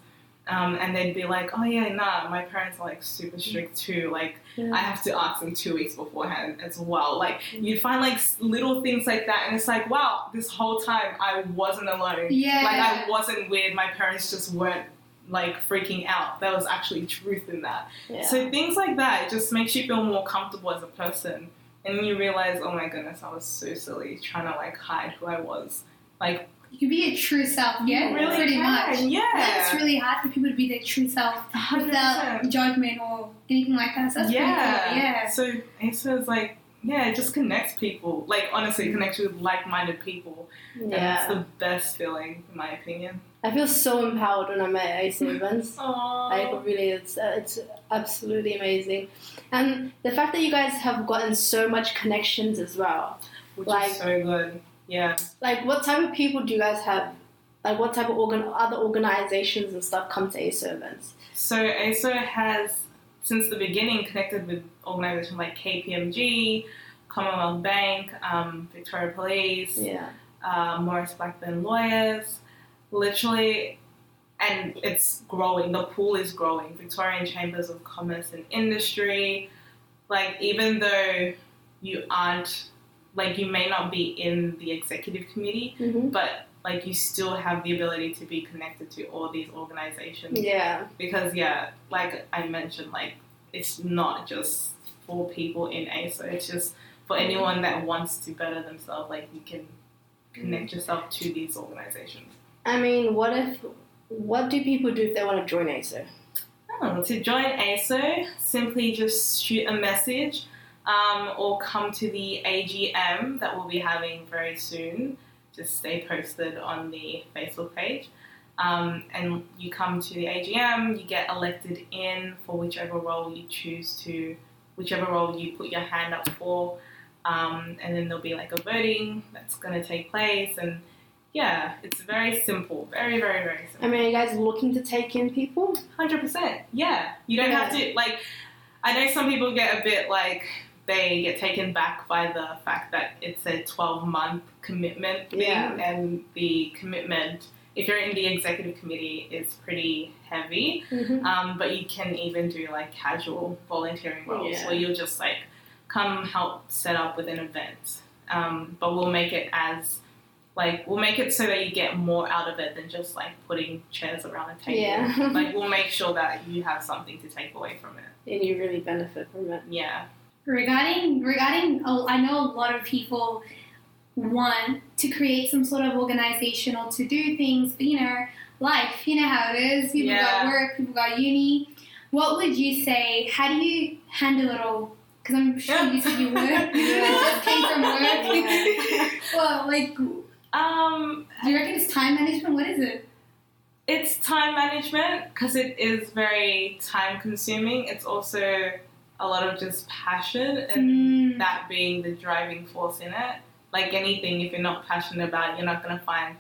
S3: Um, and they'd be like, oh, yeah, nah, my parents are, like, super strict too. Like, I have to ask them two weeks beforehand as well. Like, you find, like, s- little things like that. And it's like, wow, this whole time I wasn't alone.
S2: yeah.
S3: Like, I wasn't weird. My parents just weren't, like, freaking out. There was actually truth in that.
S1: Yeah.
S3: So things like that, it just makes you feel more comfortable as a person. And you realize, oh my goodness, I was so silly trying to like hide who I was. Like
S2: you can be a true self, yeah,
S3: You really
S2: pretty
S3: can.
S2: much.
S3: Yeah.
S2: It's really hard for people to be their true self
S3: 100%.
S2: without judgment or anything like that. So that's
S3: yeah.
S2: pretty cool. Yeah.
S3: So Insta is like, yeah, it just connects people. Like honestly, it connects you with like-minded people,
S1: Yeah.
S3: and it's the best feeling, in my opinion.
S1: I feel so empowered when I'm at AC events. Like
S3: Aww.
S1: really, it's uh, it's absolutely amazing, and the fact that you guys have gotten so much connections as well.
S3: Which
S1: like-
S3: is so good. Yeah.
S1: Like, what type of people do you guys have? Like, what type of organ other organizations and stuff come to ASO events?
S3: So ASO has, since the beginning, connected with organisations like KPMG, Commonwealth Bank, um, Victoria Police,
S1: Yeah,
S3: uh, Morris Blackburn Lawyers, literally, and it's growing. The pool is growing. Victorian Chambers of Commerce and Industry, like even though you aren't, like you may not be in the executive committee,
S1: mm-hmm.
S3: but like you still have the ability to be connected to all these organizations
S1: yeah,
S3: because yeah, like I mentioned, like it's not just for people in ASO. It's just for anyone that wants to better themselves. Like you can connect yourself to these organizations.
S1: I mean, what if? What do people do if they want to join ASO?
S3: Oh, to join ASO, simply just shoot a message um, or come to the AGM that we'll be having very soon. Just stay posted on the Facebook page. Um, and you come to the AGM, you get elected in for whichever role you choose to, whichever role you put your hand up for. Um, and then there'll be like a voting that's going to take place. And yeah, it's very simple. Very, very, very simple.
S1: I mean, are you guys looking to take in people?
S3: Hundred percent. Yeah, you don't have to like. I know some people get a bit like they get taken back by the fact that it's a twelve month commitment thing,
S1: Yeah.
S3: and the commitment if you're in the executive committee is pretty heavy.
S1: Mm-hmm.
S3: Um, but you can even do like casual volunteering roles
S1: Yeah.
S3: where you'll just like come help set up with an event. Um, but we'll make it as like we'll make it so that you get more out of it than just like putting chairs around a table.
S1: Yeah.
S3: like we'll make sure that you have something to take away from it.
S1: (laughs) And you really benefit from it.
S3: Yeah.
S2: Regarding regarding, oh, I know a lot of people want to create some sort of organization or to do things, but you know, life, you know how it is. People got
S3: Yeah.
S2: work, people got uni. What would you say? How do you handle it all? Because I'm sure you said you work.
S3: (laughs)
S2: You just came from work. well, like, do
S3: um,
S2: you reckon it's time management? What is it?
S3: it's time management because it is very time consuming. It's also a lot of just passion and
S2: Mm.
S3: Um, that being the driving force in it. Like anything, if you're not passionate about, it, you're not gonna find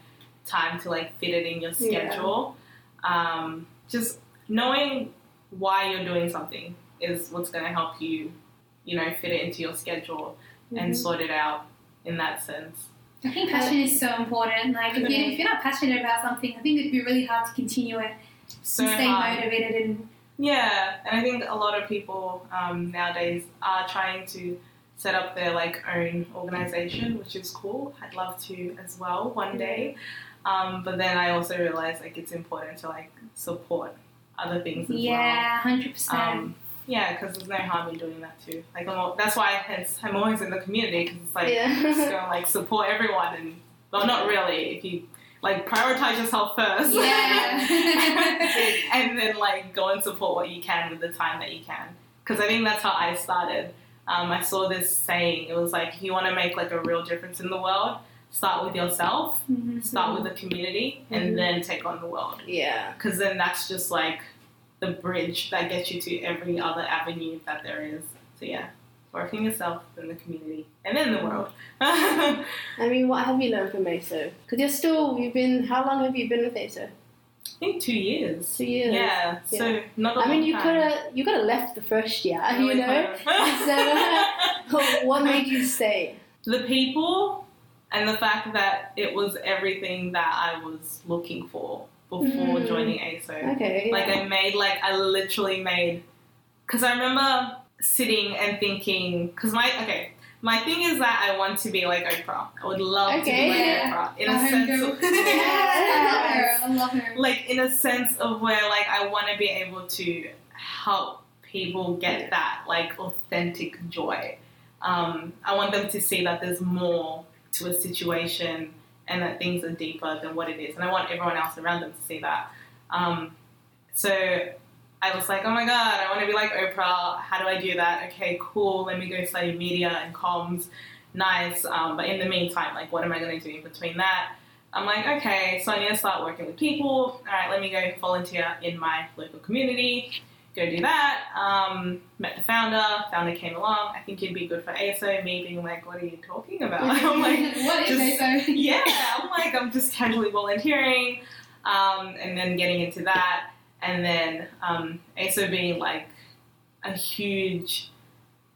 S3: time to like fit it in your
S1: Yeah.
S3: schedule. Um, just knowing why you're doing something is what's gonna help you, you know, fit it into your schedule
S2: Mm-hmm.
S3: and sort it out in that sense.
S2: I think passion is so important. Like, if, you, if you're not passionate about something, I think it'd be really hard to continue it,
S3: So
S2: to stay
S3: hard.
S2: motivated and
S3: Yeah, and I think a lot of people um, nowadays are trying to set up their like own organization, which is cool. I'd love to as well one day, um, but then I also realized like it's important to like support other things as
S2: yeah, hundred
S3: well.
S2: percent.
S3: Um, yeah, because there's no harm in doing that too. Like I'm al- that's why hence I'm always in the community because it's like just
S1: Mm-hmm. yeah.
S3: gonna like support everyone and well not really if you like prioritize yourself first.
S2: Yeah.
S3: (laughs) and then like go and support what you can with the time that you can because i think that's how i started um, i saw this saying it was like if you want to make like a real difference in the world start with yourself
S2: Mm-hmm.
S3: start with the community
S1: Mhm.
S3: and then take on the world
S1: (laughs) yeah.
S3: because then that's just like the bridge that gets you to every other avenue that there is so yeah working yourself then the community and then the world (laughs) i
S1: I mean, what have you learned from ASO? Because you're still, you've been, how long have you been with ASO?
S3: think two years
S1: Two years.
S3: yeah, so not a
S1: I mean,
S3: long
S1: you could
S3: time.
S1: have, you could have left the first year, you (laughs)
S3: Really
S1: know. (laughs)
S3: could've.
S1: what made you stay?
S3: (laughs) the people and the fact that it was everything that I was looking for before
S1: Mm.
S3: joining ASO.
S1: Okay.
S3: Like
S1: yeah.
S3: I made like I literally made because I remember sitting and thinking because my okay my thing is that I want to be like Oprah. I would love
S1: Okay.
S3: to be like Oprah in a
S2: Let her
S3: sense.
S2: go.
S3: (laughs)
S2: (laughs) Yeah,
S3: Of,
S2: (laughs) I love her. I love her.
S3: (laughs) like in a sense of where like I want to be able to help people get that like authentic joy. Um, I want them to see that there's more to a situation and that things are deeper than what it is. And I want everyone else around them to see that. Um, so I was like, oh my god, I want to be like Oprah. How do I do that? Okay, cool. Let me go study media and comms. Nice. Um, but in the meantime, like, what am I going to do in between that? I'm like, okay, so I need to start working with people. All right, let me go volunteer in my local community. Go do that. Um, met the founder. Founder came along. I think you'd be good for ASO. Me being like, what are you talking about? (laughs) I'm like,
S2: (laughs) what is
S3: Oh just-
S2: it? So-
S3: yeah, I'm like, I'm just casually volunteering, um, and then getting into that, and then um, ASO being like a huge,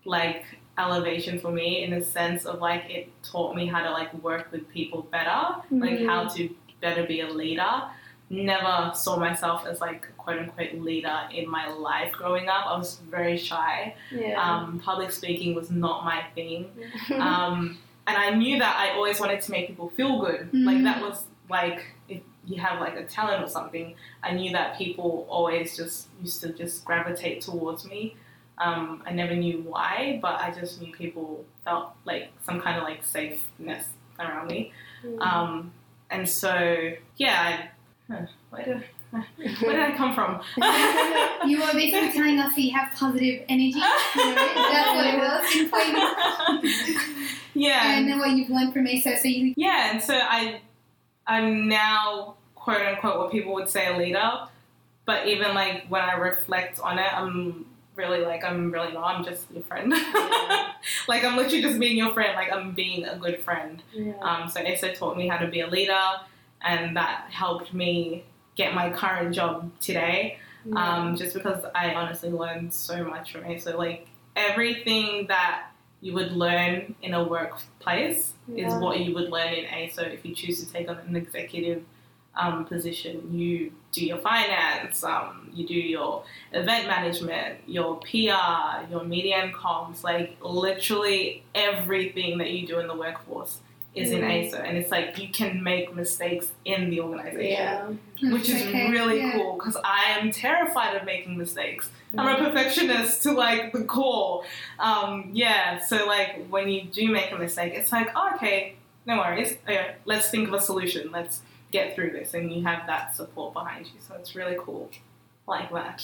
S3: like elevation for me in the sense of like it taught me how to like work with people better, like
S1: Mhm.
S3: how to better be a leader. Never saw myself as like a quote unquote leader in my life growing up. I was very shy.
S1: Mm, (laughs) Yeah.
S3: Um, public speaking was not my thing
S1: Mm-hmm.
S3: um, and I knew that I always wanted to make people feel good. Like
S2: Mhm.
S3: that was like if you have like a talent or something, I knew that people always just used to just gravitate towards me. Um, I never knew why, but I just knew people felt like some kind of like safeness around me. Um, and so yeah, I, huh, where did where did I (laughs) come from? (laughs)
S2: You were basically telling us that you have positive energy. That's what it was. And for you.
S3: yeah,
S2: And then what you've learned from ASO, so you
S3: Yeah, and so I, I'm now quote unquote what people would say a leader, but even like when I reflect on it, I'm really like I'm really not. I'm just your friend. (laughs)
S1: Yeah.
S3: like I'm literally just being your friend. Like I'm being a good friend.
S1: yeah.
S3: Um, so ESSA taught me how to be a leader, and that helped me get my current job today um, just because I honestly learned so much from it. So like everything that you would learn in a workplace is
S1: Yeah.
S3: what you would learn in ASO if you choose to take on an executive um, position. You do your finance, um, you do your event management, your PR, your media and comms, like literally everything that you do in the workforce is in
S1: Mhm.
S3: ASO. And it's like you can make mistakes in the organization
S1: yeah.
S3: which is
S2: Okay,
S3: really
S2: yeah.
S3: cool because I am terrified of making mistakes. I'm
S1: Um,
S3: a perfectionist to like the core. Um, yeah, so like when you do make a mistake, it's like, oh, okay, no worries. Okay, let's think of a solution. Let's get through this, and you have that support behind you. So it's really cool, like that.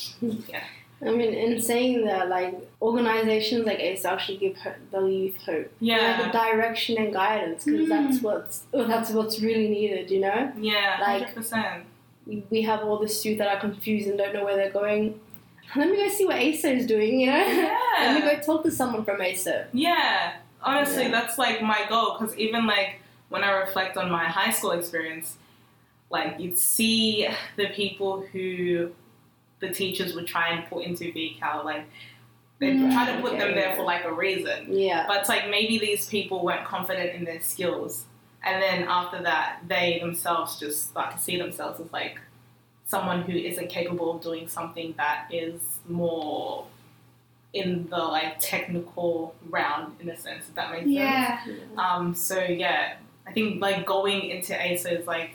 S1: I mean, in saying that, like organizations like ACE actually give ho- the youth hope, like a
S3: Yeah,
S1: direction and guidance, because
S2: Mm.
S1: that's what's oh, that's what's really needed. You know,
S3: yeah,
S1: Like-
S3: hundred
S1: (laughs)
S3: percent.
S1: we have all this youth that are confused and don't know where they're going. (laughs) Let me go see what ASO is doing. You know, (laughs) let me
S3: Yeah,
S1: go talk to someone from ASO.
S3: yeah. Honestly,
S1: Yeah.
S3: that's like my goal because even like when I reflect on my high school experience, like you'd see the people who the teachers would try and put into VCAL, like they would
S2: Mm.
S3: try to put them
S1: Mm-hmm. Okay.
S3: there for like a reason.
S1: Yeah,
S3: But it's like maybe these people weren't confident in their skills, and then after that, they themselves just start to see themselves as like someone who isn't capable of doing something that is more in the like technical round in a sense. If that makes sense.
S2: yeah.
S3: Um, so yeah, I think like going into ASA is like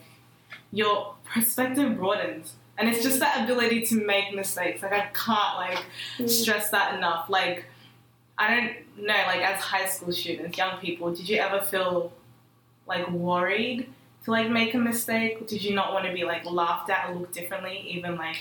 S3: your perspective broadens. And it's just that ability to make mistakes. Like I can't like
S1: Mm.
S3: stress that enough. Like I don't know, like as high school students, young people, did you ever feel like worried to like make a mistake? Did you not want to be like laughed at or look differently? Even like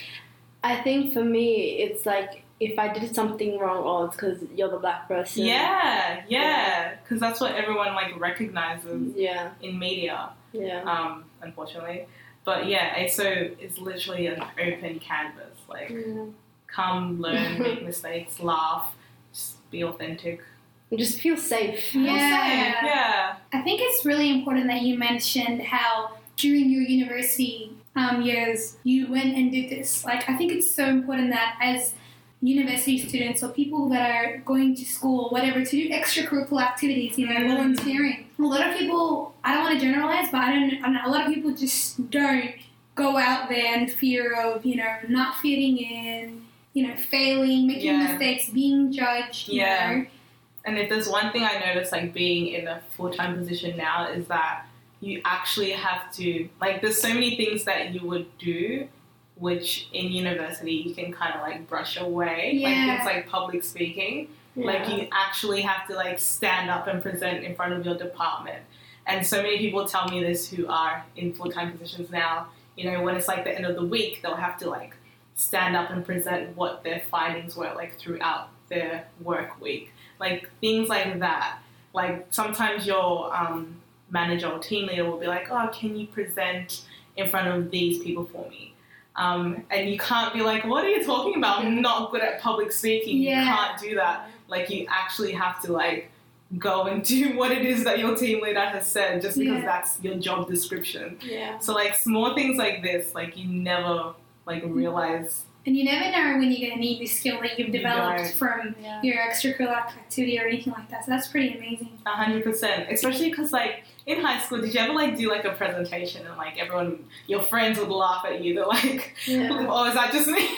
S1: I think for me, it's like if I did something wrong, oh, it's because you're the black person.
S3: Yeah, yeah. Cause that's what everyone like recognizes
S1: yeah,
S3: in media.
S1: yeah.
S3: um, unfortunately. But yeah, ASO is literally an open canvas. Like,
S1: yeah.
S3: come, learn, make mistakes, laugh, just be authentic.
S1: You just feel safe.
S2: Yeah.
S3: Awesome. yeah,
S2: I think it's really important that you mentioned how during your university um, years you went and did this. Like, I think it's so important that as university students or people that are going to school, or whatever, to do extracurricular activities, you know,
S3: Mhm.
S2: volunteering. A lot of people, I don't want to generalize, but I don't, I know a lot of people just don't go out there in fear of, you know, not fitting in, you know, failing, making
S3: Yeah.
S2: mistakes, being judged, you
S3: Yeah.
S2: know.
S3: And if there's one thing I noticed, like being in a full time position now, is that you actually have to like. There's so many things that you would do, which in university you can kind of like brush away. Like
S2: Yeah.
S3: things like public speaking. Like
S1: Yeah.
S3: you actually have to like stand up and present in front of your department. And so many people tell me this who are in full time positions now. You know, when it's like the end of the week, they'll have to like stand up and present what their findings were like throughout their work week. Like things like that. Like sometimes your um, manager or team leader will be like, oh, can you present in front of these people for me? Um, and you can't be like, what are you talking about? I'm not good at public speaking.
S2: Yeah.
S3: You can't do that. Like you actually have to like go and do (laughs) what it is that your team leader has said just because
S2: Yeah.
S3: that's your job description.
S1: Yeah.
S3: So like small things like this, like you never like
S2: Mm-hmm.
S3: realize
S2: And you never know when you're going to need the skill that you've
S3: You
S2: developed
S3: don't.
S2: from
S3: (laughs)
S1: Yeah.
S2: your extracurricular activity or anything like that. So that's pretty amazing.
S3: A hundred percent, especially because like in high school, did you ever like do like a presentation and like everyone, your friends would laugh at you? They're like, (laughs) "Oh, is that just
S2: (laughs)
S3: me?"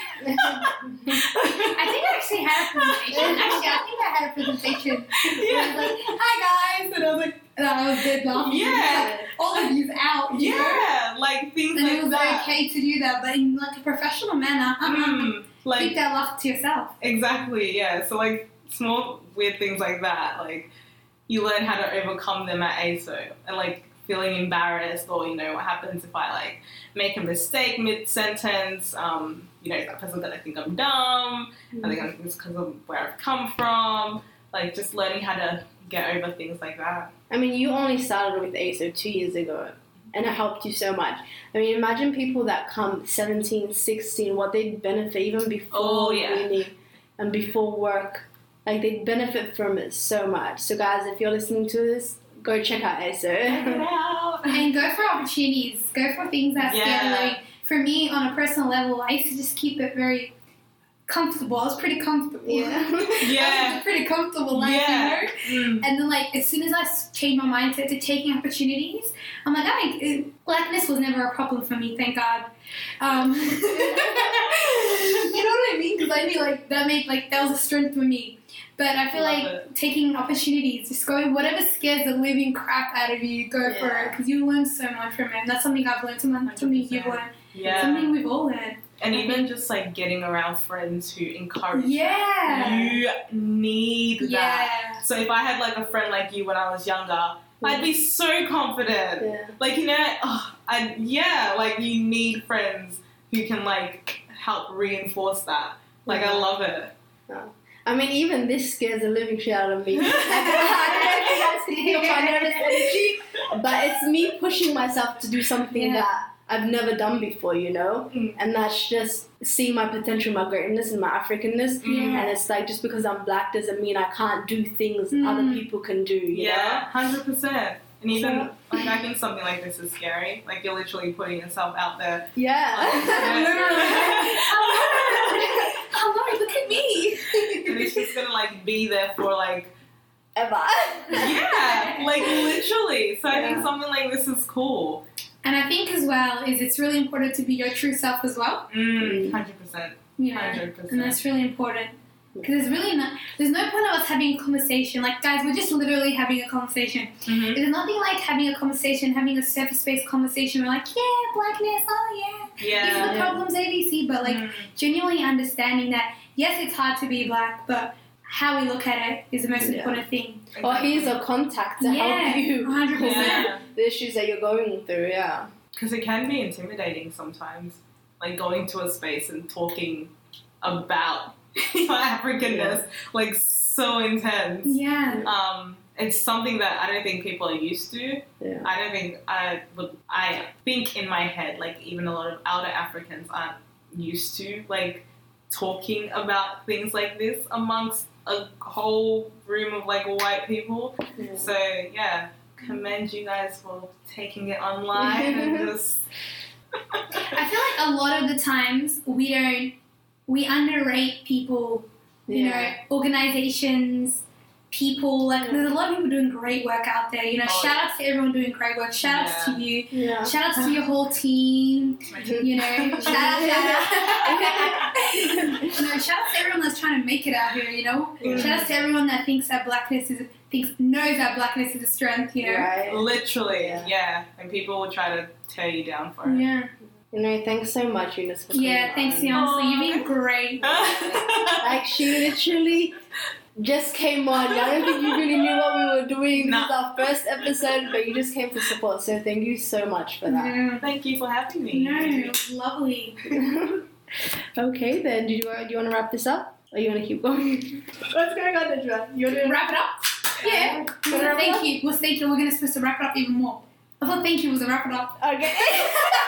S2: I think I actually had
S3: (laughs)
S2: a presentation. actually, I think I had a presentation. I
S3: yeah,
S2: was like, hi guys.
S3: and I was like,
S2: And I was dead laughing.
S3: Yeah.
S2: Like, all of you's out. you know?
S3: yeah, like things
S2: And
S3: like
S2: it was
S3: that.
S2: okay to do that, but in like a professional manner. Uh-uh.
S3: Mm, like
S2: Keep that laugh to yourself.
S3: Exactly, yeah. So like small weird things like that, like you learn how to overcome them at ASO and like feeling embarrassed or you know what happens if I like make a mistake mid sentence, um, you know, is that person gonna think I'm dumb, I think I'm it's because of where I've come from, like just learning how to get over things
S2: (laughs)
S3: like that.
S1: I mean, you only started with ASO two years ago, and it helped you so much. I mean, imagine people that come 17, 16, what they'd benefit even before
S3: Oh, yeah.
S1: uni and before work. Like, they'd benefit from it so much. So, guys, if you're listening to this, go check out
S3: (laughs) Check it
S1: ASO.
S3: out.
S2: And go for opportunities. Go for things that
S3: Yeah.
S2: scare. Like for me, on a personal level, I used to just keep it very comfortable. I was pretty comfortable.
S1: yeah.
S2: (laughs) I
S3: Yeah.
S2: was pretty comfortable life,
S3: Yeah.
S2: you know?
S3: Mm.
S2: And then, like, as soon as I s- changed my mindset to taking opportunities, I'm like, I it, blackness was never a problem for me, thank God. Um, (laughs) you know what I mean? Because I knew, like, that made, like, that was a strength for me. But I feel
S3: Love
S2: like taking opportunities, just going, whatever scares the living crap out of you, go for
S1: Yeah.
S2: it. Because you learn so much from it. And that's something I've learned, something, something you've
S3: 100%.
S2: learned,
S3: Yeah.
S2: something we've all learned.
S3: and even just like getting around friends who encourage
S2: Yeah.
S3: You need that.
S2: Yeah.
S3: So if I had like a friend like you when I was younger, I'd be so confident.
S1: Yeah.
S3: Like you know, oh, I yeah, like you need friends who can like help reinforce that. Like I love it.
S1: I mean, even this scares the living shit out
S3: (laughs)
S1: of me. (laughs) I don't know if you guys can feel my nervous
S2: (laughs)
S1: energy, but it's me pushing myself to do something
S2: Yeah.
S1: that I've never done before, you know?
S3: Mm.
S1: And that's just seeing my potential, my greatness, and my Africanness.
S2: Mm.
S1: And it's like just because I'm black doesn't mean I can't do things
S2: Mm.
S1: other people can do, you
S3: Yeah, hundred percent. And even
S1: So-
S3: like I think something like this is scary. Like you're literally putting yourself out there.
S1: know? (laughs) Yeah.
S2: Literally.
S1: Oh, Lord, look at me.
S3: and it's just gonna like be there for like
S1: Ever.
S2: (laughs)
S3: yeah, like literally. So I
S1: Yeah.
S3: think something like this is cool.
S2: And I think as well is it's really important to be your true self as well.
S1: Mm.
S3: Hundred percent.
S2: You know,
S3: Hundred
S2: and
S3: percent.
S2: that's really important because there's really not there's no point of us having a conversation. Like guys, we're just literally having a conversation.
S3: Mhm.
S2: There's nothing like having a conversation, having a surface based conversation. We're like, yeah, blackness, oh yeah, these are
S3: Yeah.
S2: the problems ABC, but like
S3: Mm.
S2: genuinely understanding that yes, it's hard to be black, but how we look at it is the most
S1: Yeah.
S2: important thing.
S1: Or here's a contact to
S2: yeah,
S1: help you.
S2: 100%.
S3: Yeah,
S1: The issues that you're going through, yeah.
S3: because it can be intimidating sometimes, like going to a space and talking about (laughs) your Africanness, like so intense.
S2: Yeah.
S3: Um, it's something that I don't think people are used to.
S1: Yeah.
S3: I don't think I would. I think in my head, like even a lot of outer Africans aren't used to like talking about things like this amongst a whole room of like white people. So yeah, commend you guys for taking it online and just
S2: I feel like a lot of the times we don't we underrate people, you
S1: Yeah.
S2: know, organizations, people. Like
S1: Yeah.
S2: there's a lot of people doing great work out there. You know,
S3: Oh,
S2: shout outs to everyone doing great work. Shout outs to you.
S1: Yeah.
S2: Shout outs to your whole team.
S1: (laughs)
S2: You know, shout out, shout out. you know, shout outs to everyone that's trying to make it out here. You know,
S3: Mm.
S2: shout outs to everyone that thinks that blackness is thinks knows that blackness is a strength. You know.
S1: Right.
S3: literally
S1: Yeah.
S3: yeah. and people will try to tear you down for it.
S2: Yeah.
S1: You know, thanks so much, Eunice. For coming
S2: Yeah. Thanks,
S1: on.
S2: Yonsley.
S3: Aw.
S2: You've been great.
S1: Like she literally just came on. I don't think you really knew what we were doing. This is
S3: No.
S1: our first episode, but you just came to support. So thank you so much for that.
S2: No,
S3: (laughs) Thank you for having me.
S2: no, it was lovely.
S1: (laughs) okay, then. Do you, do you want to wrap this up? Or you want to keep going? What's going on, Najwa? You want to
S2: Wrap it up. Yeah.
S1: You wanna wrap it
S2: thank
S1: up? (laughs)
S2: you. Well, thank you. We're gonna supposed to wrap it up even more. I thought thank you was a wrap it up.
S1: Okay. (laughs)